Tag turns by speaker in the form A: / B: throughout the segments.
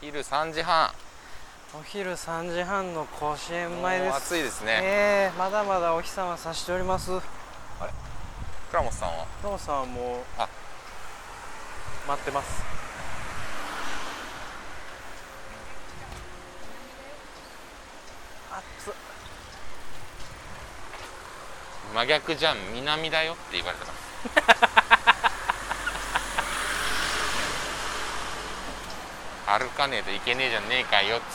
A: 昼3時半
B: お昼3時半の甲子園前です
A: もう暑いですね
B: ええまだまだお日様差しております
A: 倉本さんは
B: 父さんはもう
A: あ
B: 待ってます暑っ
A: 真逆じゃん南だよって言われてます 歩かねえといけねえじゃねえかよっつっ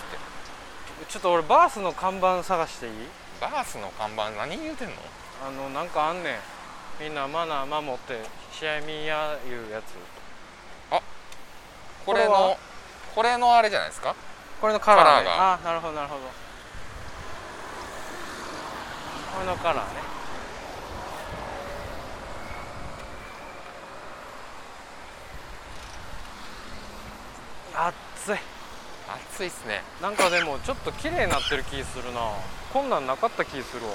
A: て
B: ちょっと俺バースの看板探していい
A: バースの看板何言うてんの
B: あのなんかあんねんみんなマナー守って試合見やいうやつ
A: これ
B: これは
A: のこれのあれじゃないですか
B: これのカラーね
A: カラーが
B: あなるほどなるほどこれのカラーね暑い
A: 暑いっすね
B: なんかでもちょっと綺麗になってる気するなこんなんなかった気するわ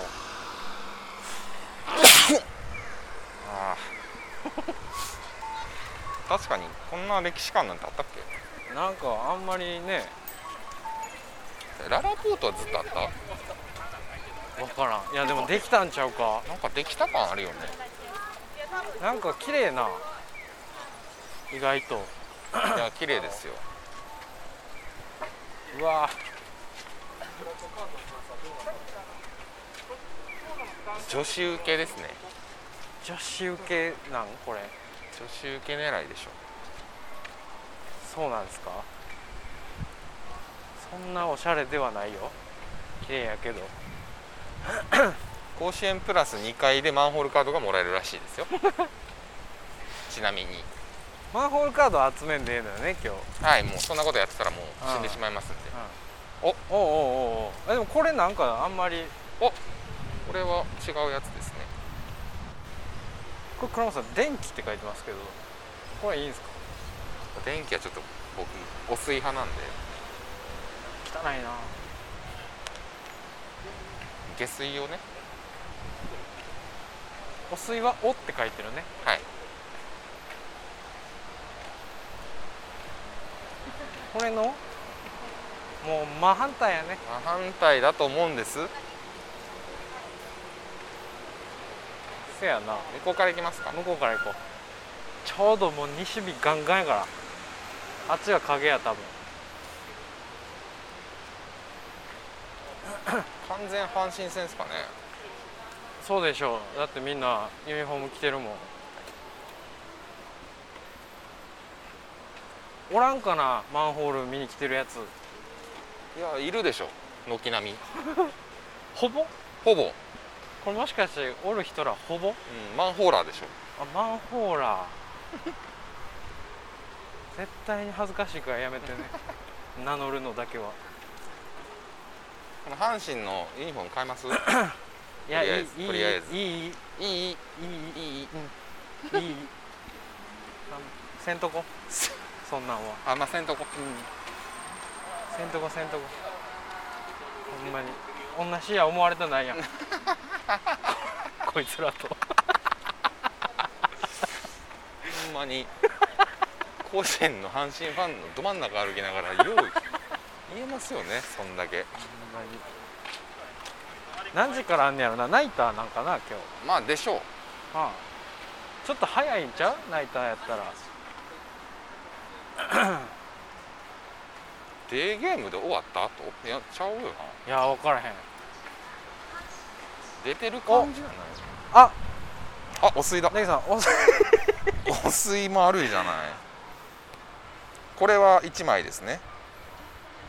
A: ああ 確かにこんな歴史館なんてあったっ
B: なんかあんまりね
A: けララポートはずっとあった
B: 分からんいやでもできたんちゃうか
A: なんかできた感あるよね
B: なんか綺麗な意外と
A: いや綺麗ですよ
B: うわ
A: 女子受けですね
B: 女子受けなんこれ
A: 女子受け狙いでしょ
B: そうなんですかそんなおしゃれではないよ綺麗やけど
A: 甲子園プラス2階でマンホールカードがもらえるらしいですよ ちなみに
B: マンホールカード集めんでええのよね今日
A: はいもうそんなことやってたらもう死んでしまいますんで
B: おうおうおうおうえでもこれなんかあんまり
A: これは違うやつですね
B: これ倉本さん「電気」って書いてますけどこれいいんですか
A: 電気はちょっと僕お水派なんで
B: 汚いな
A: 下水をね
B: お水は「お」って書いてるね
A: はい
B: これのもう真反対やね
A: まあ反対だと思うんです
B: せやな
A: 向こうから行きますか
B: 向こうから行こうちょうどもう西日ガンガンやからあっちは影や多分
A: 完全阪神戦ですかね
B: そうでしょうだってみんなユニフォーム着てるもんおらんかなマンホール見に来てるやつ
A: いやいるでしょ軒並み
B: ほぼ
A: ほぼ、う
B: これもしかしておる人らほぼ
A: ん、マンホーラーでしょ
B: あマンホーラー 絶対に恥ずかしいからやめ てね名乗るのだけは
A: この阪神のユニフォーム買います
B: いや
A: とりあえ
B: いい
A: ず
B: いいい
A: とりあえず
B: いい
A: いい
B: いいい
A: いい
B: い いいあせん とこそんなんは
A: あんませんとこ
B: せんとこせんとこほんまに同じや思われたない やんこいつらと
A: ほんまに甲子園の阪神ファンのど真ん中歩きながらよう言えますよねそんだけ
B: 何時からあんねやろなナイターなんかな今日、
A: まあでしょう
B: ああちょっと早いんちゃうナイターやったら
A: デーゲームで終わった後いやちゃうよない
B: や分からへん
A: 出てる感じじゃない
B: あ
A: あお水だ
B: ネギさんお
A: お水もあるじゃないこれは1枚ですね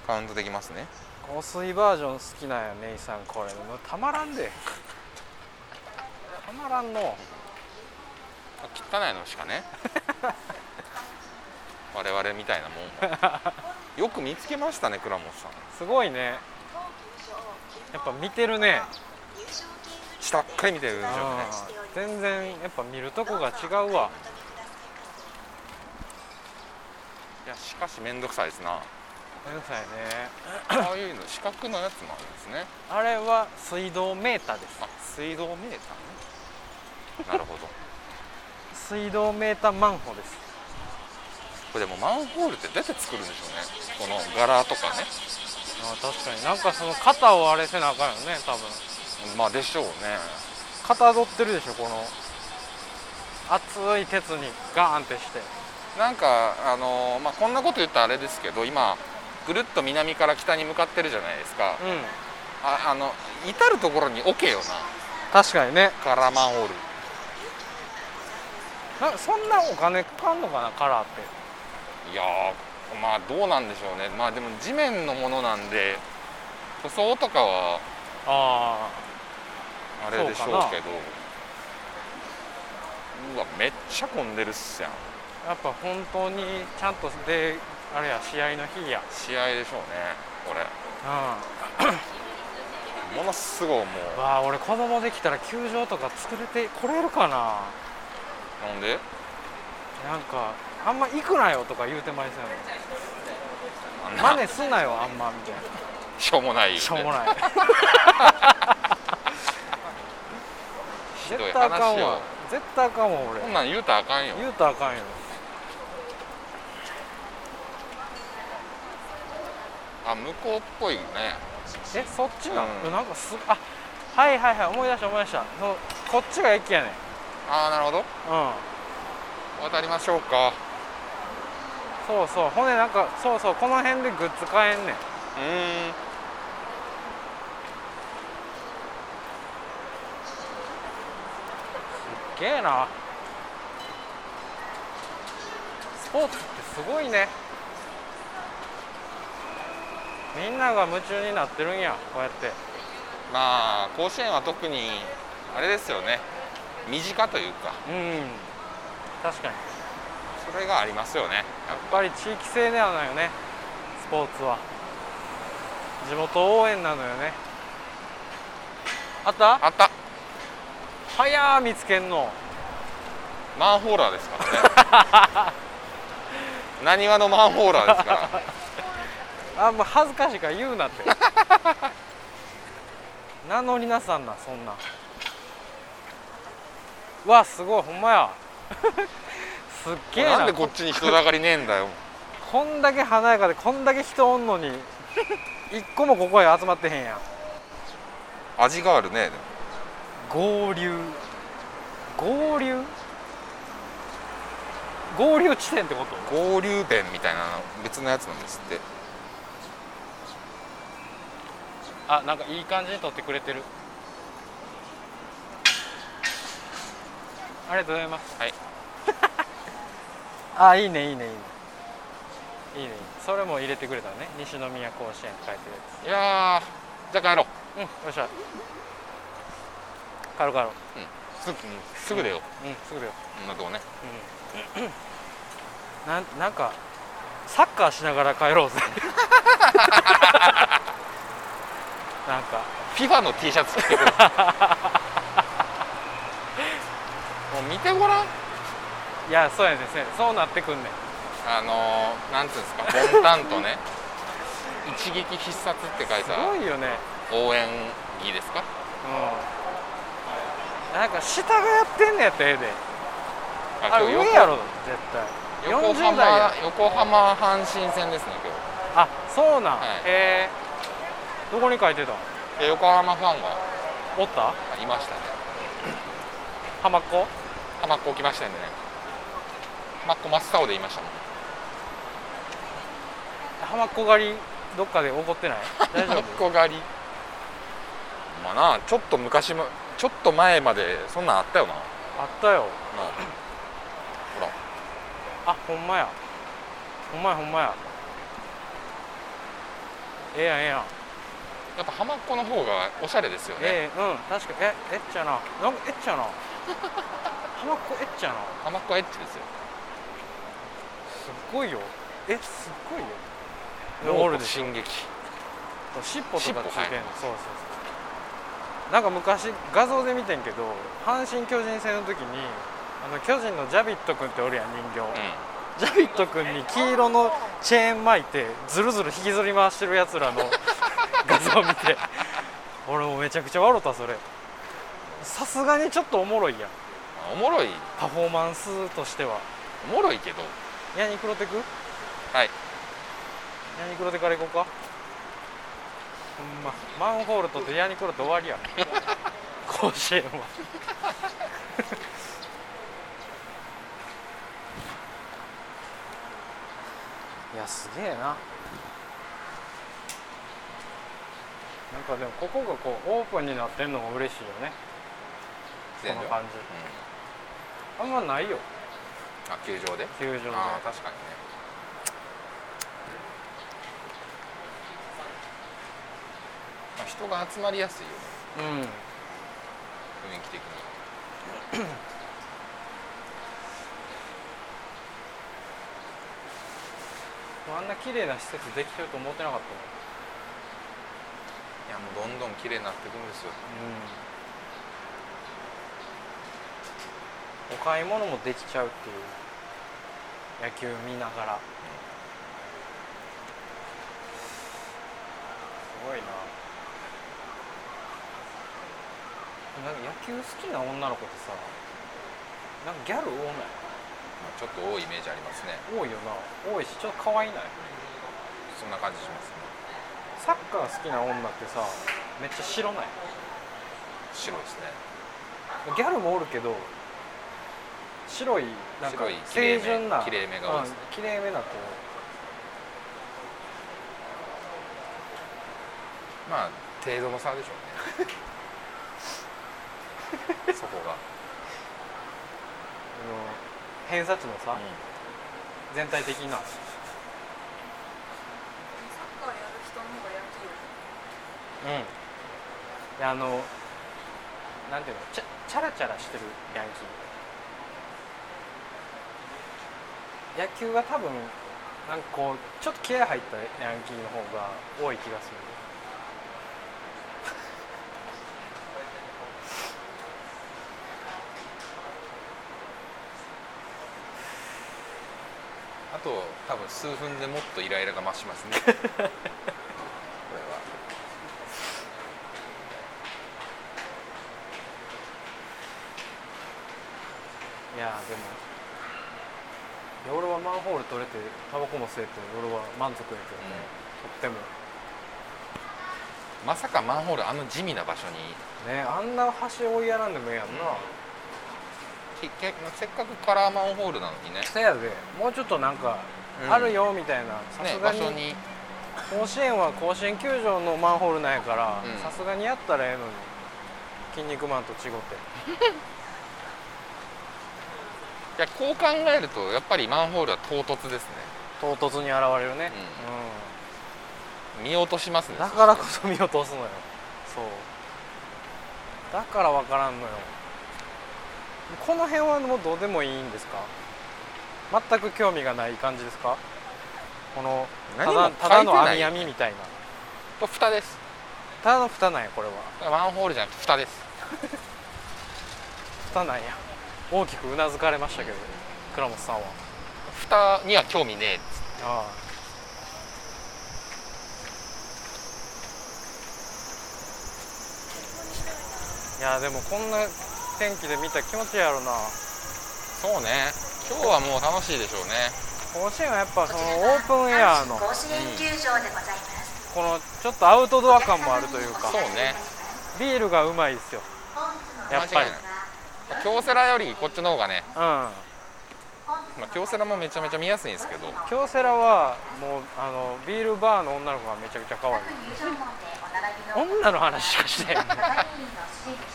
A: カウントできますね
B: お水バージョン好きなんやネイさんこれもうたまらんでたまらんの
A: あ汚いのしか ね我々みたいなもん もよく見つけましたね倉本さん
B: すごいねやっぱ見てるね
A: 下っかり見てるでしょうね
B: うん全然やっぱ見るとこが違うわ
A: いやしかし面倒くさいですな
B: ごめんなさいね
A: ああいうの四角のやつもあるんですね。
B: あれは水道メーターで
A: あ、水道メーターね。なるほど。
B: す水道メーターマンホです
A: これでもマンホールってどうやって作るんでしょうねこの柄とかね
B: あ確かになんかその肩をあれせなあかんよね多分
A: まあでしょうね
B: 肩取ってるでしょこの熱い鉄にガーンってして
A: なんかあのーまあ、こんなこと言ったらあれですけど今ぐるっと南から北に向かってるじゃないですか
B: うん
A: ああの至る所に置けよな
B: 確かにね
A: カラーマンホール
B: なんかそんなお金かかんのかなカラーって
A: いやーまあどうなんでしょうねまあでも地面のものなんで塗装とかは
B: あ
A: あれでしょう
B: そうかな
A: けどうわめっちゃ混んでるっすやん
B: あやっぱ本当にちゃんとであれや試合の日や
A: 試合でしょうねこれ
B: うんわ
A: ものすごいもう
B: あ俺子供できたら球場とか作れてこれるかな
A: なんで
B: なんかあんま行くなよとか言うてまいそうや
A: あん
B: な
A: な
B: 真似すんなよあんまみたいな
A: しょうもない、
B: しょうも
A: い
B: ない
A: ひどい
B: 絶対あかん
A: 話
B: わ
A: よ
B: 絶対あかんわ俺
A: こんなん言うたらあかんよ
B: 言うたらあかんよ
A: あ向こうっぽいね
B: えそっちなの、
A: うん
B: なんかすあはいはいはい思い出した思い出したそうこっちが駅やねん
A: ああなるほど
B: うん
A: 渡りましょうか
B: そうそうほんでなんかそうそうこの辺でグッズ買えんねん
A: うーん
B: すっげえなスポーツってすごいねみんなが夢中になってるんやこうやって
A: まあ甲子園は特にあれですよね身近というか
B: うん確かに
A: それがありますよね
B: やっぱり地域性ではないよねスポーツは地元応援なのよねあった
A: あった
B: 早ー見つけんの
A: マンホーラーですから ねなにわのマンホーラーですから
B: あもう恥ずかしいから言うなって 名乗りなさんなそんなんうわすごいほんまや すっげえな
A: なんでこっちに人だかりねえんだよ
B: こんだけ華やかでこんだけ人おんのに一個もここへ集まってへんやん
A: 味があるねでも
B: 合流合流合流地点ってこと
A: 合流弁みたいなの別のやつなんですって
B: あなんかいい感じに撮ってくれてるありがとうございます
A: はい
B: あいいねいいねいいねいいねそれも入れてくれたね西宮甲子園書いてるや
A: いやーじゃあ帰ろう
B: つうんよっしゃ帰ろう帰ろう
A: すぐすぐ出よう
B: うんすぐだよ
A: こんなとこね
B: うんなんなんかサッカーしながら帰ろ うぜなんか
A: FIFA の T シャツ着 てくるもう見てごらん
B: いやそうやねんそうやねんそうなってくんねん
A: あのー、なんていうんですかボンタンとね一撃必殺って書い
B: す
A: た
B: ごいよね
A: 応援着ですか
B: うんなんか下がやってんのやったらええであれ
A: 今
B: 上
A: 日
B: やろ絶対
A: 横
B: 40代や
A: 浜横浜阪神戦ですね
B: あそうなん、
A: はい
B: えーどこに書いてたん
A: 今日で横浜ファンが
B: おった
A: いましたね
B: 浜っ子
A: 浜っ子来ましたんでね浜っ子真っ青で言いましたもん
B: 浜っ子狩りどっかで怒 ってない大丈
A: 浜
B: 夫
A: っ子狩りまあなちょっと昔もちょっと前までそんなんあったよなな
B: あったよ
A: あほら
B: あほんまやほんまやほんまやええやんええやん
A: やっぱ浜っ子の方がおしゃれですよね、
B: ええうん確かにええっちゃななんかえっちゃな浜っ子えっちゃな
A: 浜っ子エッチですよ
B: すっごいよえすっごいよ
A: も
B: お
A: う
B: るでしょ
A: 進撃
B: 尻尾とかついてん
A: 尻尾は
B: の
A: い
B: そうそうそうなんか昔画像で見てんけど阪神・巨人戦の時にあの巨人のジャビット君っておるやん人
A: う
B: 形、
A: ん
B: ジャビット君に黄色のチェーン巻いてずるずる引きずり回してるやつらの画像を見て俺もめちゃくちゃ笑ったそれさすがにちょっとおもろいやん
A: おもろい
B: パフォーマンスとしては
A: おもろいけど
B: ヤニクロテク
A: はい
B: ヤニクロテから行こうかほんまマンホールとってヤニクロって終わりや甲子園はうんいやすげえななんかでもここがこうオープンになってんのも嬉しいよね
A: 全
B: この
A: 場
B: 感じあんまないよ
A: あ球場で
B: 球場で
A: ああ確かにねまあ人が集まりやすいよね
B: うん
A: 雰囲気的に
B: あんな綺麗な施設できてると思ってなかったもん
A: いやもうどんどん綺麗になっていくんですよ
B: お買い物もできちゃうっていう野球見ながらすごいななんか野球好きな女の子ってさなんかギャル多ない
A: まあちょっと多いイメージありますね
B: 多いよな多いしちょっと可愛いない
A: そんな感じしますね
B: サッカー好きな女ってさめっちゃ白ない
A: 白いですね
B: ギャルもおるけど白いなんか
A: 白い綺麗め
B: 清純な
A: 綺麗めが多いですね
B: うん綺麗めな子
A: まあ程度の差でしょう ねそこが、
B: あの偏差値のさ、全体的な
C: サッカーやる人の
B: であ
C: 方が野球よ
B: のなんていうのチャチャラチャラしてるヤンキー野球は多分なんかこうちょっと気合入ったヤンキーの方が多い気がする
A: あと多分数分でもっとイライラが増します ねこれは
B: ねいやでもいや俺はマンホール取れてタバコも吸えて俺は満足やけどね、とっても
A: まさかマンホールあの地味な場所に
B: ねあんな橋追いやらんでもええやんな、
A: けけせっかくカラーマンホールなのにね
B: せやでもうちょっとなんか
A: うん
B: あるよみたいなさ
A: ね
B: すが
A: 場
B: に
A: 所に
B: 甲子園は甲子園球場のマンホールなんやから
A: うん
B: さすがにやったらええのに「筋肉マン」と違って
A: いやこう考えるとやっぱりマンホールは唐突ですね
B: 唐突に現れるね、
A: 見落とします
B: う
A: ね
B: んだからこそ見落とすのよそうだから分からんのよこの辺はもうどうでもいいんですか全く興味がない感じですかこのた
A: 何
B: だ
A: も
B: ただの
A: 書いてな
B: 網
A: い
B: 網みたいな
A: これ蓋です
B: ただの蓋なんやこれは
A: だからマンホールじゃなくて蓋です
B: 蓋なんや大きくうなずかれましたけど倉本さんは
A: 蓋には興味ねえ
B: ああいやでもこんな天気で見たら気持ちいいやろな
A: そうね今日はもう楽しいでしょうね
B: 甲子園はやっぱそのオープンエアの
C: 甲子園球場でございます。
B: このちょっとアウトドア感もあるというか
A: そうね
B: ビールがうまいですよやっぱ
A: 間違
B: り
A: いない京セラよりこっちの方がね、
B: うん
A: まあ、京セラもめちゃめちゃ見やすいんですけど
B: 京セラはもうあのビールバーの女の子がめちゃくちゃ可愛い女の話しかしてへんね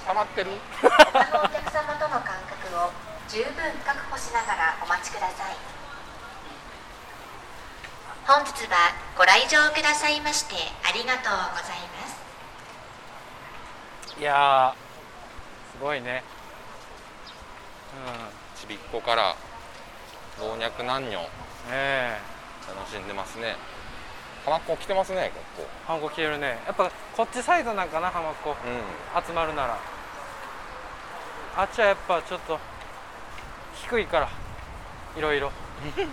A: 溜まってる
C: 他のお客様との間隔を十分確保しながらお待ちください本日はご来場くださいましてありがとうございます
B: いやーすごいねうん
A: ちびっこから老若男女
B: ええ
A: 楽しんでますね浜っ子来てますね結
B: ハンコ着てるねやっぱこっちサイドなんかな浜っ
A: 構う
B: 子
A: ん
B: 集まるならあっちはやっぱちょっと低いからい ろいろい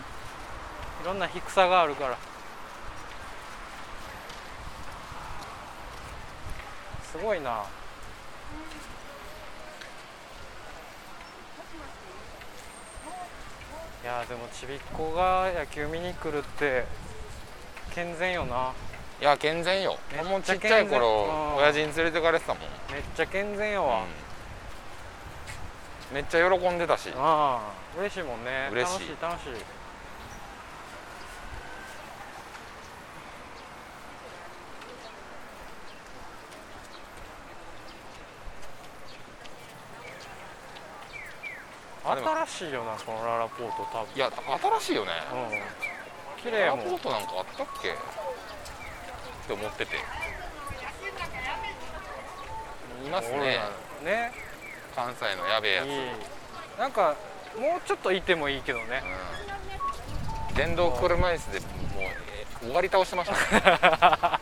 B: ろんな低さがあるからすごいないやーでもちびっ子が野球見に来るって健全よない
A: や健全よ
B: めっちゃ
A: もうちっちゃい
B: 健全
A: 頃
B: うん
A: 親父に連れてかれてたもん、
B: めっちゃ健全やわ、
A: うんめっちゃ喜んでたし
B: ああ嬉しいもんね
A: 嬉しい
B: 楽しい楽しい
A: あでも
B: 新しいよなこのララポート多分
A: いや新しいよね
B: うん綺麗
A: ラ
B: や
A: ポ
B: もん
A: ートなんかあったっけって思ってていますね
B: おるなね
A: 関西のやべえやつ、
B: いいなんかもうちょっといてもいいけど ね
A: うん、電動車椅子でもうえー終わり倒してま したね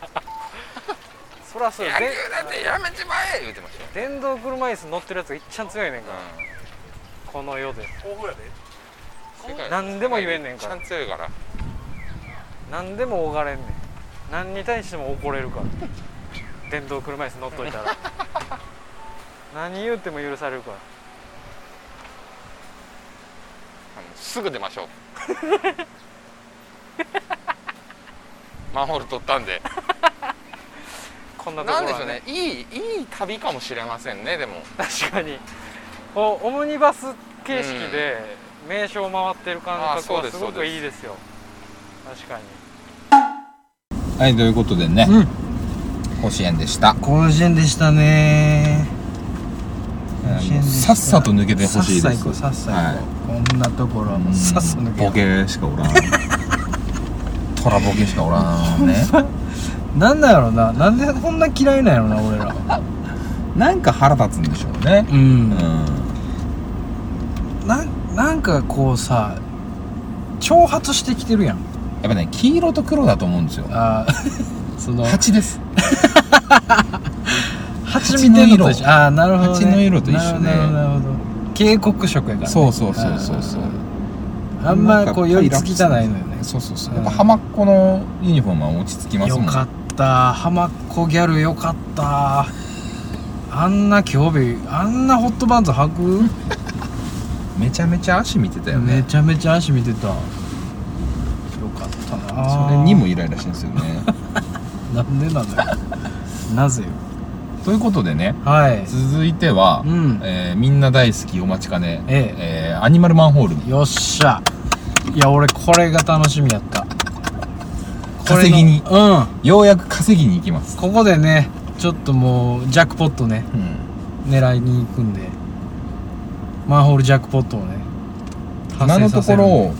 B: そらそ
A: 野
B: う
A: 球
B: で
A: なんてやめちまえ言ってましたよ、
B: 電動車椅子乗ってるやつがいっちゃん強いねんから、
A: うん
B: この世で
A: 世界
B: 何でも言えんねんから
A: めっちゃ強いから
B: 何でもおがれんねん何に対しても怒れるから電動車椅子乗っといた ら何言うても許されるか
A: あ
B: ら
A: のすぐ出 ましょうマンホール取ったんで
B: こんなとこ
A: なん
B: ろ
A: で
B: は、
A: しょうねいいいい旅かもしれませんねでも
B: 確かにこうオムニバス形式で名所を回ってる感
A: あ
B: 覚
A: そう
B: は
A: です
B: すご
A: そう
B: く
A: です
B: いいですよ確かに
D: はい、ということでね、
E: うん
D: 甲子園でした。
E: 甲子園でしたね
D: あ
E: 園
D: の
E: でした
D: さっさと抜けてほしいです。
E: さっさ行こう、こんなところはもうさっさ抜けよ
D: ボ
E: う
D: ケしかおらん。トラボケしかおらんね。
E: なんだろうななんでこんな嫌いなんやろな俺ら
D: なんか腹立つんでしょうね。
E: う
D: うんん。
E: なんなんかこうさ挑発してきてるやん
D: やっぱね、黄色と黒だと思うんですよ。
E: あ ーその
D: 蜂です。
E: 蜂見てんのと
D: 蜂
E: 一
D: の
E: 緒ああなるほど、ね、
D: 蜂の色と一緒ね
E: なるほどなるほど警告色やから、ね、
D: そうそうそうそうそう。
E: あんまこう寄り
D: つ
E: 付きたないのよね
D: そうそうそう。
E: う
D: や
E: ん
D: っぱ浜っ子のユニフォームは落ち着きます
E: よ
D: もん。
E: かった浜っ子ギャルよかったあんな興味あんなホットパンツ履く
D: めちゃめちゃ足見てたよ
E: め
D: ね。
E: ちゃめちゃ足見てたよかったな
D: それにもイライラしてんですよね。
E: なんでなんだよなぜよ
D: ということでね、
E: はい
D: 続いては、
E: うん
D: えーみんな大好きお待ちかね、
E: え
D: えーアニマルマンホールに
E: よっしゃいや俺これが楽しみやったこれの
D: 稼ぎに
E: うん
D: ようやく稼ぎに行きます、
E: ここでねちょっともうジャックポットね狙いに行くんでマンホールジャックポットをね
D: 今のところ
E: を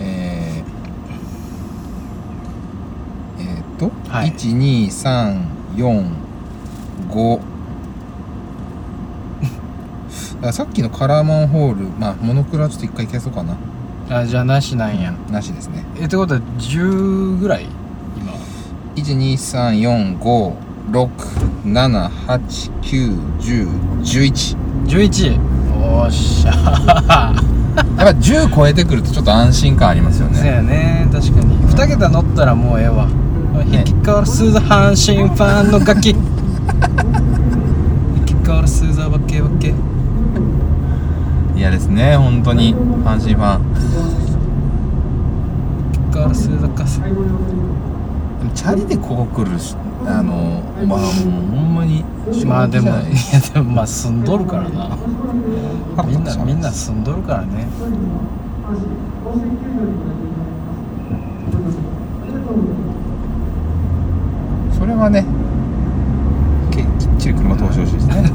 D: えーえーっと、
E: はい
D: 1 2 3 4 5だからさっきのカラーマンホール、まあ、モノクロはちょっと一回消そうかな。
E: あじゃあなしなんや、
D: なしですね。
E: えってことは10ぐらい今
D: 1、2、3、4、5、6、7、8、9、10、11。
E: 11おっしゃ
D: やっぱ10超えてくるとちょっと安心感ありますよ
E: そう
D: ね。
E: やね確かに2桁乗ったらもうええわ
D: ね
E: 引き換わるスーザ阪神ファンのガキ引き換わるスーザーバケバケ
D: いやですね、本当に阪神ファン。
E: 引き換わるスーザカス
D: でもチャリでここ来るし、あの、まあもうほんまに衝撃じゃない、
E: まあでもいやでもまあ住んどるからなみ んなみんな
D: そ
E: 住んどるからね
D: れはね、けきっちり車通してほしい ですね。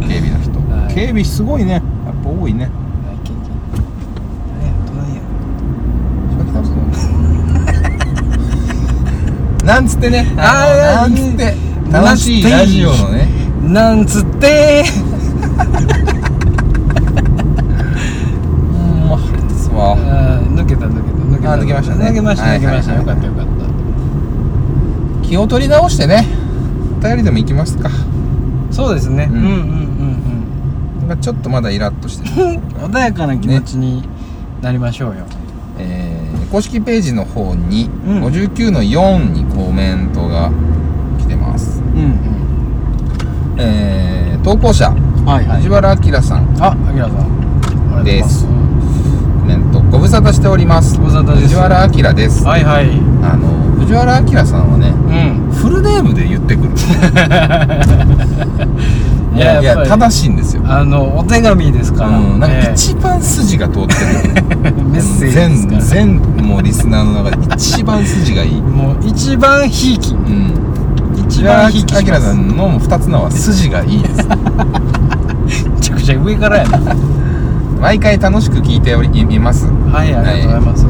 D: 警備の人、
E: はい
D: 警備すごいね、やっぱ多いね。
E: ないけいけねど
D: な
E: ないや
D: んつってね、
E: あー
D: のなんつって
E: いい
D: 楽しいラジオのね、
E: なんつって
D: うん、まあ腹立つ
E: あ
D: わ。
E: ー抜けた抜けた抜けた
D: あー抜けましたね
E: 抜けました
D: はい
E: 抜けました
D: はい
E: よ
D: は
E: か
D: い
E: ったよかっ
D: 気を取り直してね、お便りでも行きますか。
E: たそうですね
D: う
E: うんんうんうん
D: なんかちょっとまだイラッとしてる。
E: うん穏やかな気持ちになりましょうよ
D: えー公式ページの方に、
E: うん
D: 59の4にコメントが来てます、
E: うん
D: えー投稿者
E: うんはいはい
D: 藤原明さん
E: ああきらさんありがとう
D: ですコメントご無沙汰しております
E: ご無沙汰です
D: 藤原明です、
E: はいはい
D: あの藤原明さんはね
E: うん
D: フルネームで言ってくる
E: いや
D: い
E: やっぱ
D: や
E: り
D: 正しいんですよ、
E: あのお手紙ですから、
D: うん、なんか
E: ね
D: 一番筋が通ってる、
E: メッセージですか
D: 全
E: ら
D: 全もうリスナーの中で一番筋がいい、
E: もう一番ひいき
D: うん、
E: 一
D: 藤原
E: 番ひ
D: 明
E: いきします
D: さんの二つのは筋がいいです
E: めちゃくちゃ上からやな
D: 毎回楽しく聞いておりいます
E: はいありがとうございます、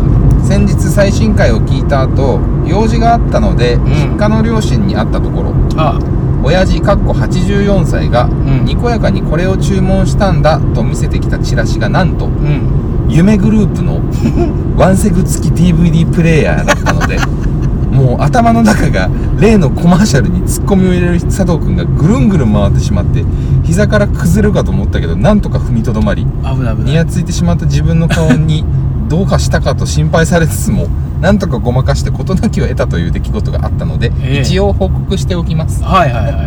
D: 先日最新回を聞いた後用事があったので、
E: ん
D: 実家の両親に会ったところ
E: あ
D: 親父かっこ84歳が、
E: ん
D: にこやかにこれを注文したんだと見せてきたチラシがなんと
E: うん
D: 夢グループ のワンセグ付き DVD プレイヤーだったのでもう頭の中が例のコマーシャルにツッコミを入れる佐藤君がぐるんぐるん回ってしまって膝から崩れるかと思ったけどなんとか踏みとどまり
E: 危ない危
D: に
E: ない
D: やついてしまった自分の顔にどうかしたかと心配されつつもなんとかごまかして事なきを得たという出来事があったので、
E: ええ
D: 一応報告しておきます、
E: はいはいはいはい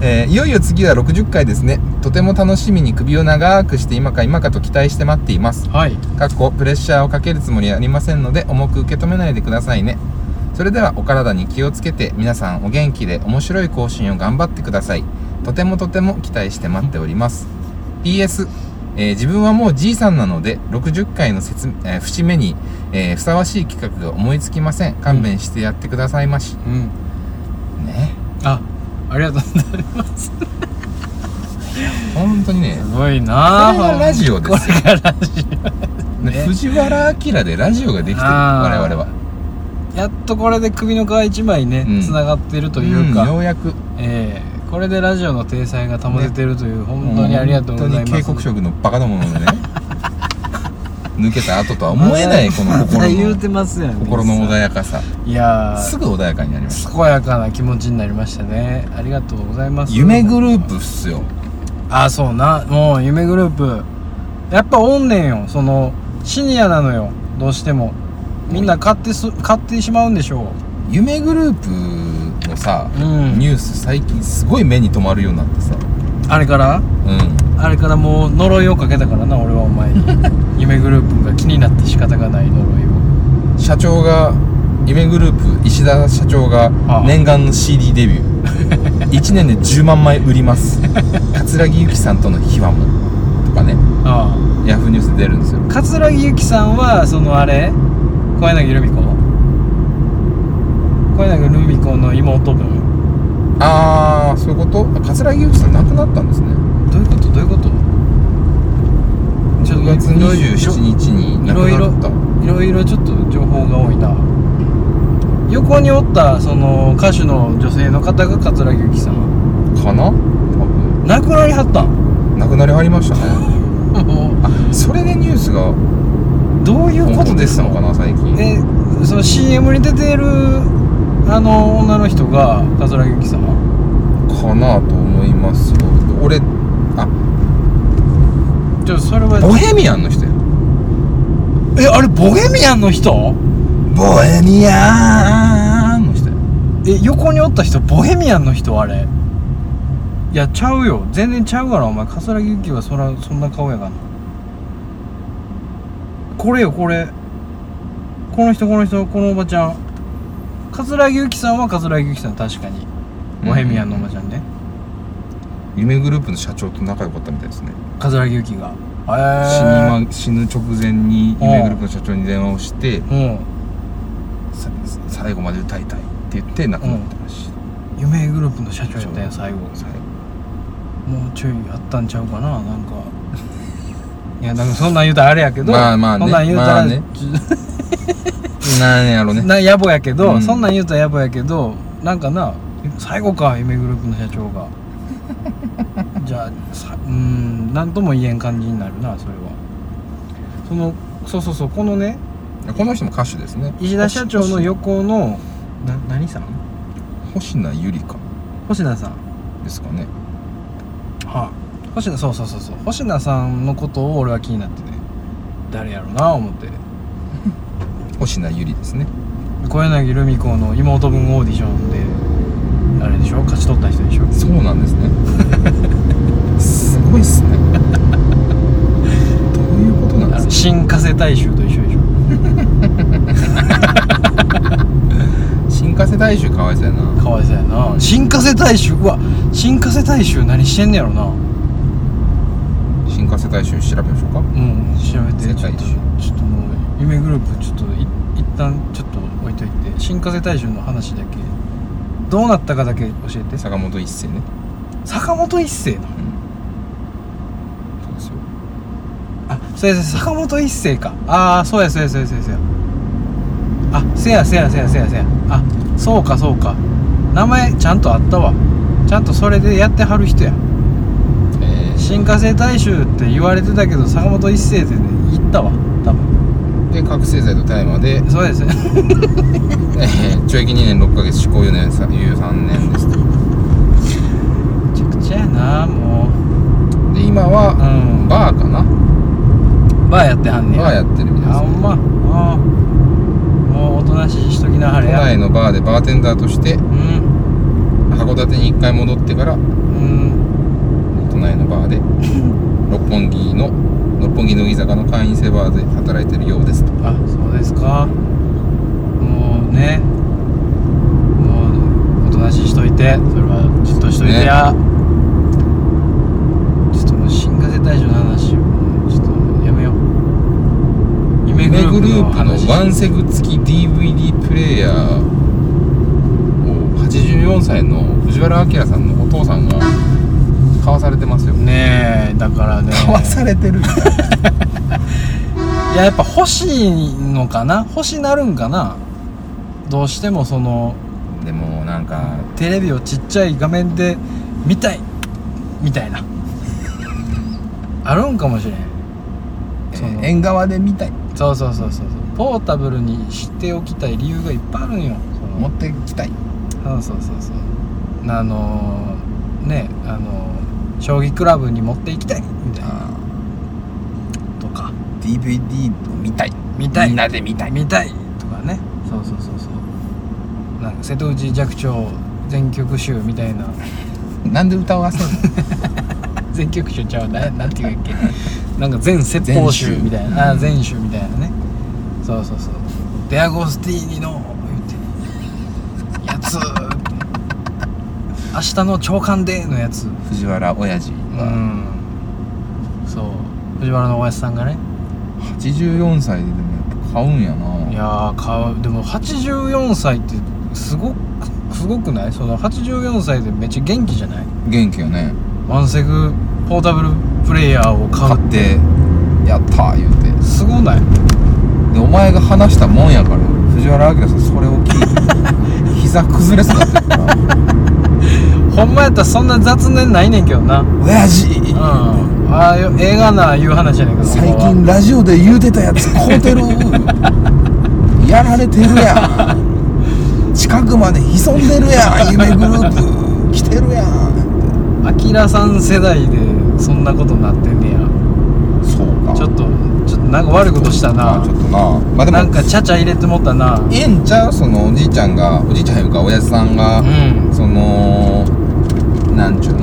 D: えーいよいよ次は60回ですねとても楽しみに首を長くして今か今かと期待して待っています
E: はい
D: かっこプレッシャーをかけるつもりはありませんので重く受け止めないでくださいねそれではお体に気をつけて皆さんお元気で面白い更新を頑張ってくださいとてもとても期待して待っております PS、えー自分はもうじいさんなので60回の節、えー節目に、えーふさわしい企画が思いつきません勘弁してやってくださいまし、
E: うん
D: ね
E: あありがとうございます
D: 本当にね
E: すごい
D: こ
E: なあ
D: れがラジオですよね
E: ね
D: 藤原明でラジオができてる
E: あー
D: 我々は
E: やっとこれで首の皮一枚ね
D: うん
E: つな、がってるというか、
D: んようやく
E: えーこれでラジオの体裁が保ててるという、本当にありがとうございます
D: 本当に警告色のバカどものね 抜けた後とは思えないこの
E: まだ言
D: 心
E: う
D: の
E: てますやん
D: 心の穏やかさ
E: いや
D: す
E: ー
D: ぐ穏やかになりました
E: 健やかな気持ちになりましたねありがとうございます
D: 夢グループっすよ
E: あそうなもう夢グループやっぱおんねんよそのシニアなのよどうしてもみんな買ってす買ってしまうんでしょ
D: 夢グループのさ
E: ううん
D: ニュース最近すごい目に留まるようになってさ
E: あれから
D: う
E: あれからもう呪いをかけたからな俺はお前に夢グループが気になって仕方がない呪いを
D: ん社長が夢グループ石田社長が
E: ああ
D: 念願の CD デビュ ー1年で10万枚売ります桂木由紀さんとの秘話もとかね
E: ああ
D: ヤフーニュースで出るんですよ
E: 桂木由紀さんはそのあれ小柳ルミ子小柳ルミ子の妹分
D: ああそういうことあ桂木由紀さん亡くなったんですね
E: どういうことどういうことちょ
D: 6月
E: いろいろ
D: 27日に亡くなった
E: いろいろちょっと情報が多いな横におったその歌手の女性の方が桂木由紀さん
D: かな多分
E: 亡くなりはった ん
D: 亡くなりはりました ね
E: もう
D: あそれでニュースが
E: どういうこと
D: 本当
E: で
D: ですす
E: の
D: のかな最近
E: えその CM に出てるあの女の人が桂木由紀さん
D: かなと思いますよ俺あ
E: ちょそれは
D: ボヘミアンの人や
E: えあれボヘミアンの人
D: ボヘミアンの人や
E: え横におった人ボヘミアンの人あれいやちゃうよ全然ちゃうからお前桂木由紀はそらそんな顔やがなこれよこれこの人この人このおばちゃん桂木由紀さんは桂木由紀さん確かにボヘミアンのおばちゃんね
D: 夢グループの社長と仲良かったみたいですね、
E: 桂木由紀が
D: 死に
E: え
D: ま死ぬ直前に夢グループの社長に電話をして
E: えも
D: さ最後まで歌いたいって言って亡くなったらしい、
E: う夢グループの社長やったんや最後
D: 最後
E: もうちょいあったんちゃうかななんか いやなんかそんなん言うたらあれやけど
D: まあまあね
E: そんなん言うたら、
D: まあねなんやろね
E: な野暮やけど、
D: うん
E: そんなん言うと野暮やけどなんかな最後か夢グループの社長 がじゃあさうーん何とも言えん感じになるなそれはそのそうそうそうこのね
D: この人も歌手ですね
E: 石田社長の横のな何さん
D: 星名ゆりか
E: 星名さん
D: ですかね
E: は星名そうそうそうそう星名さんのことを俺は気になってね誰やろな思って
D: 星名ゆりですね
E: 小柳ルミ子の妹分オーディションであれでしょ勝ち 取った人でしょ
D: そうなんですねすごいっすね
E: せ新加瀬大衆と一緒でしょ
D: 新加瀬大衆かわいそうやな
E: かわいそうやな新加瀬大衆うわ新加瀬大衆何してんねやろな
D: 新加瀬大衆調べましょうか
E: うん調べて
D: 世
E: ちょ
D: 界
E: っと
D: 一
E: ちょっともう夢グループちょっとい一旦ちょっと置いといて新加瀬大衆の話だけどうなったかだけ教えて
D: 坂本一世ね
E: 坂本一世の
D: そうですよ
E: あそうやそうや坂本一世かああそうやそうやそうやそうやそうやあせやせやせやせやせやあそうかそうか名前ちゃんとあったわちゃんとそれでやってはる人や
D: えー
E: 新加瀬大衆って言われてたけど坂本一世って言ったわ多分
D: で覚醒剤と大麻で、
E: そうです ね
D: えー、懲役2年6ヶ月執行猶予3年ですと
E: めちゃくちゃやなも
D: で今
E: うう
D: は
E: んバ
D: バーかな
E: ーやってはんね
D: バー
E: や
D: やってるみたい
E: あ
D: です
E: ほ
D: ね
E: んまああもうおとなしいしときなは
D: 都
E: れや
D: 内のバーでバーテンダーとして
E: うん
D: 函館に1回戻ってから
E: うん
D: 都内のバーで六本木の六本木乃木坂の会員制バーで働いてるようですと
E: あそうですかもうねもうおとなしいしといてそれはじっとしといてや、ちょっともう新加瀬大将の話もうちょっとやめよう夢
D: 夢グループ
E: 話
D: のワンセグ付き DVD プレイヤーを84歳の藤原明さんのお父さんが買わされてますよ
E: ねえだか らね
D: れてる
E: いややっぱ欲しいのかな欲しなるんかなどうしてもその
D: でもなんか
E: テレビをちっちゃい画面で見たいみたいなあるんかもしれん
D: え
E: その
D: ー縁側で見たい
E: そうそうそうそうそうポータブルにしておきたい理由がいっぱいあるんよその
D: 持ってきたい
E: そうそうそうそうあのーねあのー将棋クラブに持っていきたいみたいな
D: あ
E: とか
D: ー DVD を見たい
E: 見たい
D: みんなで見たい
E: 見たいとかねそうそうそうそうなんか瀬戸内寂聴全曲集みたいな
D: なんで歌わせんの
E: 全曲集ちゃうななんていうっけなんか全説法集みたいなあ全集みたいなねそうそうそうデアゴスティーニの言ってやつ明日の朝刊でのやつ
D: 藤原親父
E: う
D: が
E: んそう藤原のおやじさんがね
D: 84歳ででもやっぱ買うんやない
E: やー買うでも84歳ってすごくすごくないその84歳でめっちゃ元気じゃない
D: 元気よね
E: ワンセグポータブルプレイヤーを買
D: 買
E: う
D: ってやったー言うて
E: すごない
D: でお前が話したもんやから藤原明さんそれを聞いて膝崩れそうになってる から
E: ほんまやったらそんな雑念ないねんけどなう
D: 「
E: ん
D: 親父
E: ああいう映画ないう話やねんけど
D: 最近ラジオで言うてたやつ買うてるやられてるやん近くまで潜んでるやん夢グループ来てるやん」
E: アキラさん世代でそんなことなってんねや
D: そうか
E: ちょっとちょっとなんか悪いことした
D: まあ
E: な
D: ちょっとなまあでも
E: なんかちゃちゃ入れてもったな
D: ええんちゃうそのおじいちゃんがおじいちゃんいうか親父さんが、
E: うん
D: そのなんちゅうの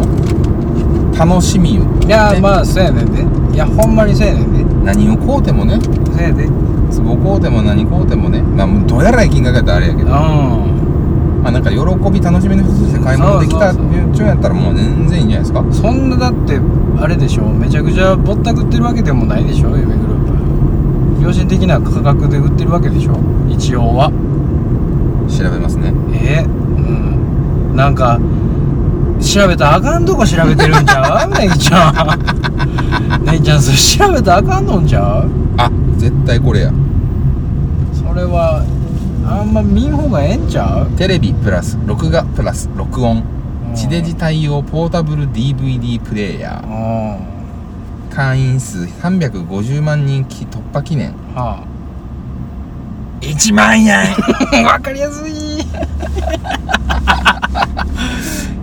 D: 楽しみを
E: いやまあそうやねんでいやほんまにそうやねんで
D: 何を買うてもね
E: そうやで
D: 壺買うても何買うてもねまあどうやらい金額やったらあれやけ
E: う
D: どま
E: ん
D: あなんか喜び楽しみの一つとして買い物できたっ
E: そ
D: て
E: うそうそう
D: いうちょやったらもう全然いいんじゃないですか
E: そんなだってあれでしょめちゃくちゃぼったくってるわけでもないでしょ夢グループ良心的な価格で売ってるわけでしょ一応は
D: 調べますね
E: えー、うんなんか調べたらあかんとこ調べてるんち ゃうネギちゃんネギちゃんそれ調べたらあかんのんちゃう
D: あ絶対これや
E: それはあんま見ん方がええんちゃう
D: テレビプラス録画プラス録音地デジ対応ポータブル DVD プレイヤ
E: うん
D: ー
E: は
D: 会員数350万人き突破記念
E: あ
D: 1万円
E: わかりやすい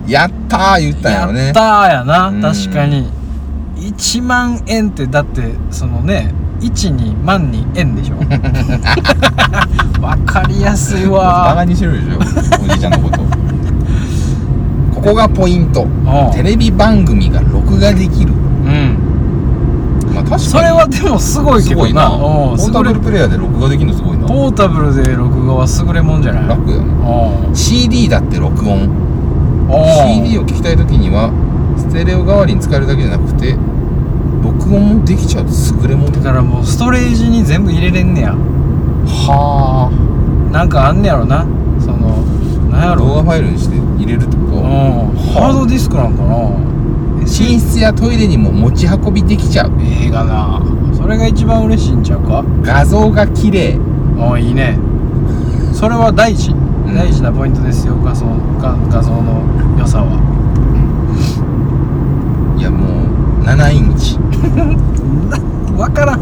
D: やったー言ったんやろね
E: やったーやな、
D: うん
E: 確かに1万円ってだってそのね1に万に 円でしょわかりやすい
D: バカ
E: わ
D: にしてるでしょおじいちゃんのことここがポイント
E: おう
D: テレビ番組が録画できる、
E: うん
D: まあ確かに
E: それはでもすごいけ
D: すご
E: ど
D: い
E: な
D: な
E: う
D: ポ
E: ん
D: ータブルプレイヤーで録画できるのすごいな
E: ポータブルで録画は優れもんじゃない
D: 楽やな
E: うん
D: CD だって録音
E: うん
D: CD を聞きたい時にはステレオ代わりに使えるだけじゃなくて録音もできちゃう優れもん
E: だ
D: だ
E: からもうストレージに全部入れれんねや
D: はあ
E: なんかあんねやろなそのなんや
D: 動
E: ろ
D: 画ファイルにして入れるって
E: うん
D: こ
E: ハードディスクなんかな
D: と寝室やトイレにも持ち運びできちゃう
E: 映画なそれが一番嬉しいんちゃうか
D: 画像が綺麗
E: ああいいねそれは大事、
D: ん
E: 大事なポイントですよ画像画画像の良さはい
D: やもう7インチ
E: な分からん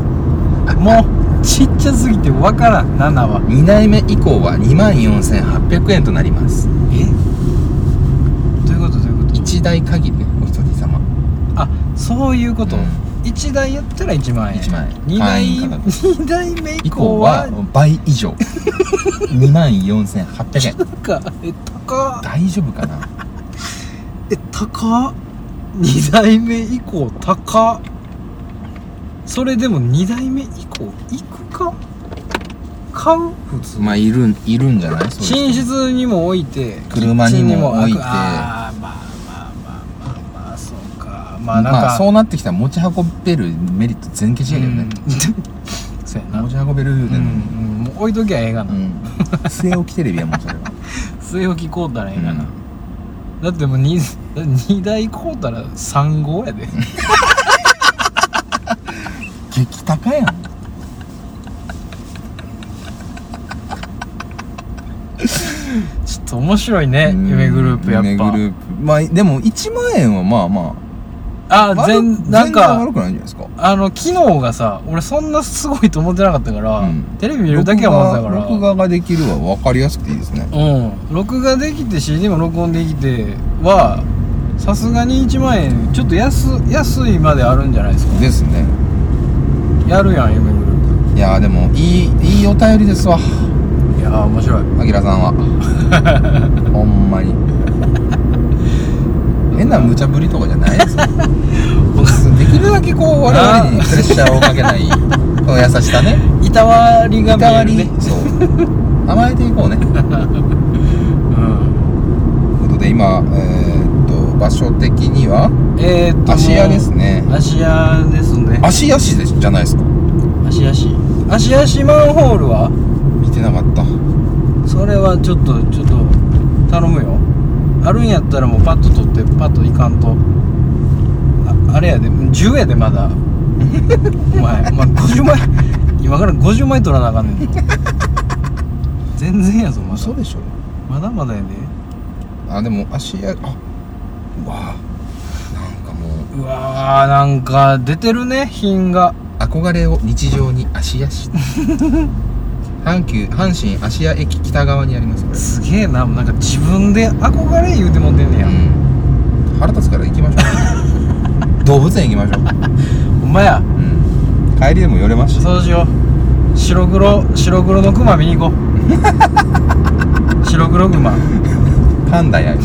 E: もうちっちゃすぎて分からん7は
D: 2代目以降は24,800円となります
E: えどういうことどういうこと
D: 1台限りねお一人様
E: あそういうこと、
D: うん
E: 一1台やったら1万円
D: 1万円
E: 2台
D: 会員価格
E: 二台目以
D: 以
E: 降
D: 降
E: は
D: は倍以 上24,800円
E: なんかえ高っ
D: 大丈夫かな
E: え高っ2代目以降高っそれでも2代目以降行くか買う普通
D: まあいるんいるんじゃないそういう
E: 寝
D: 人
E: 室にも置いて
D: 車にも置いて
E: キッチンにああーまあまあまあまあまあそうかまあなんか、
D: まあそうなってきたら持ち運べるメリット全消しやけどね、
E: うんそうやな
D: 持ち運べるよ
E: うん、うん、
D: ね
E: もう置いときゃええが
D: う
E: な、
D: ん据え置きテレビやもんそれは
E: 据え置き買うたらええがな、
D: うん
E: だってもう 2, 二台買うたら3号やで
D: 激高やん
E: ちょっと面白いね夢グループやっ
D: 夢
E: ぱ
D: グループまあでも1万円はまあま
E: あ
D: あ悪
E: 全な
D: 全
E: ん
D: 然
E: か
D: 悪くないんじゃないですか
E: あの機能がさ俺そんなすごいと思ってなかったから、
D: うん
E: テレビ見るだけは思ってたから
D: 録画録画ができるは分かりやすくていいですね
E: うん録画できて CD も録音できてはさすがに1万円ちょっと安安いまであるんじゃないですか
D: ですね
E: やるやん夢グルー
D: いやーでもいいいいお便りですわ
E: プいやー面白い
D: あきらさん はほんまに変な無茶ぶりとかじゃないですよできるだけこう我々にプレッシャーをかけないこの優しさね
E: いたわりが
D: いたわり
E: 見えるね
D: そう甘えていこうねという
E: うん
D: ことで今えーっと場所的には
E: えー、っと
D: 芦屋ですね
E: 芦屋ですね
D: 芦屋市でじゃないですか
E: 芦屋市芦屋市マンホールは
D: 見てなかった
E: それはちょっとちょっと頼むよあるんやったらもうパッと取ってパッといかんとああれやで10やでまだ お前お前50枚今から50枚取らなあかんねんぞ全然やぞまだ
D: 嘘でしょ
E: まだまだやで
D: あでも芦屋あうわなんかもう
E: うわーなんか出てるね品が
D: 憧れを日常に芦屋市阪急阪神芦屋駅北側にありますこ
E: すげえななんか自分で憧れ言うてもんでんね
D: れ、
E: や、
D: うん腹立つから行きましょう動物園行きましょう、
E: ほんまや
D: うん、帰りでも寄れますし
E: そうしよう白黒白黒のクマ見に行こう白黒クマ
D: パンダや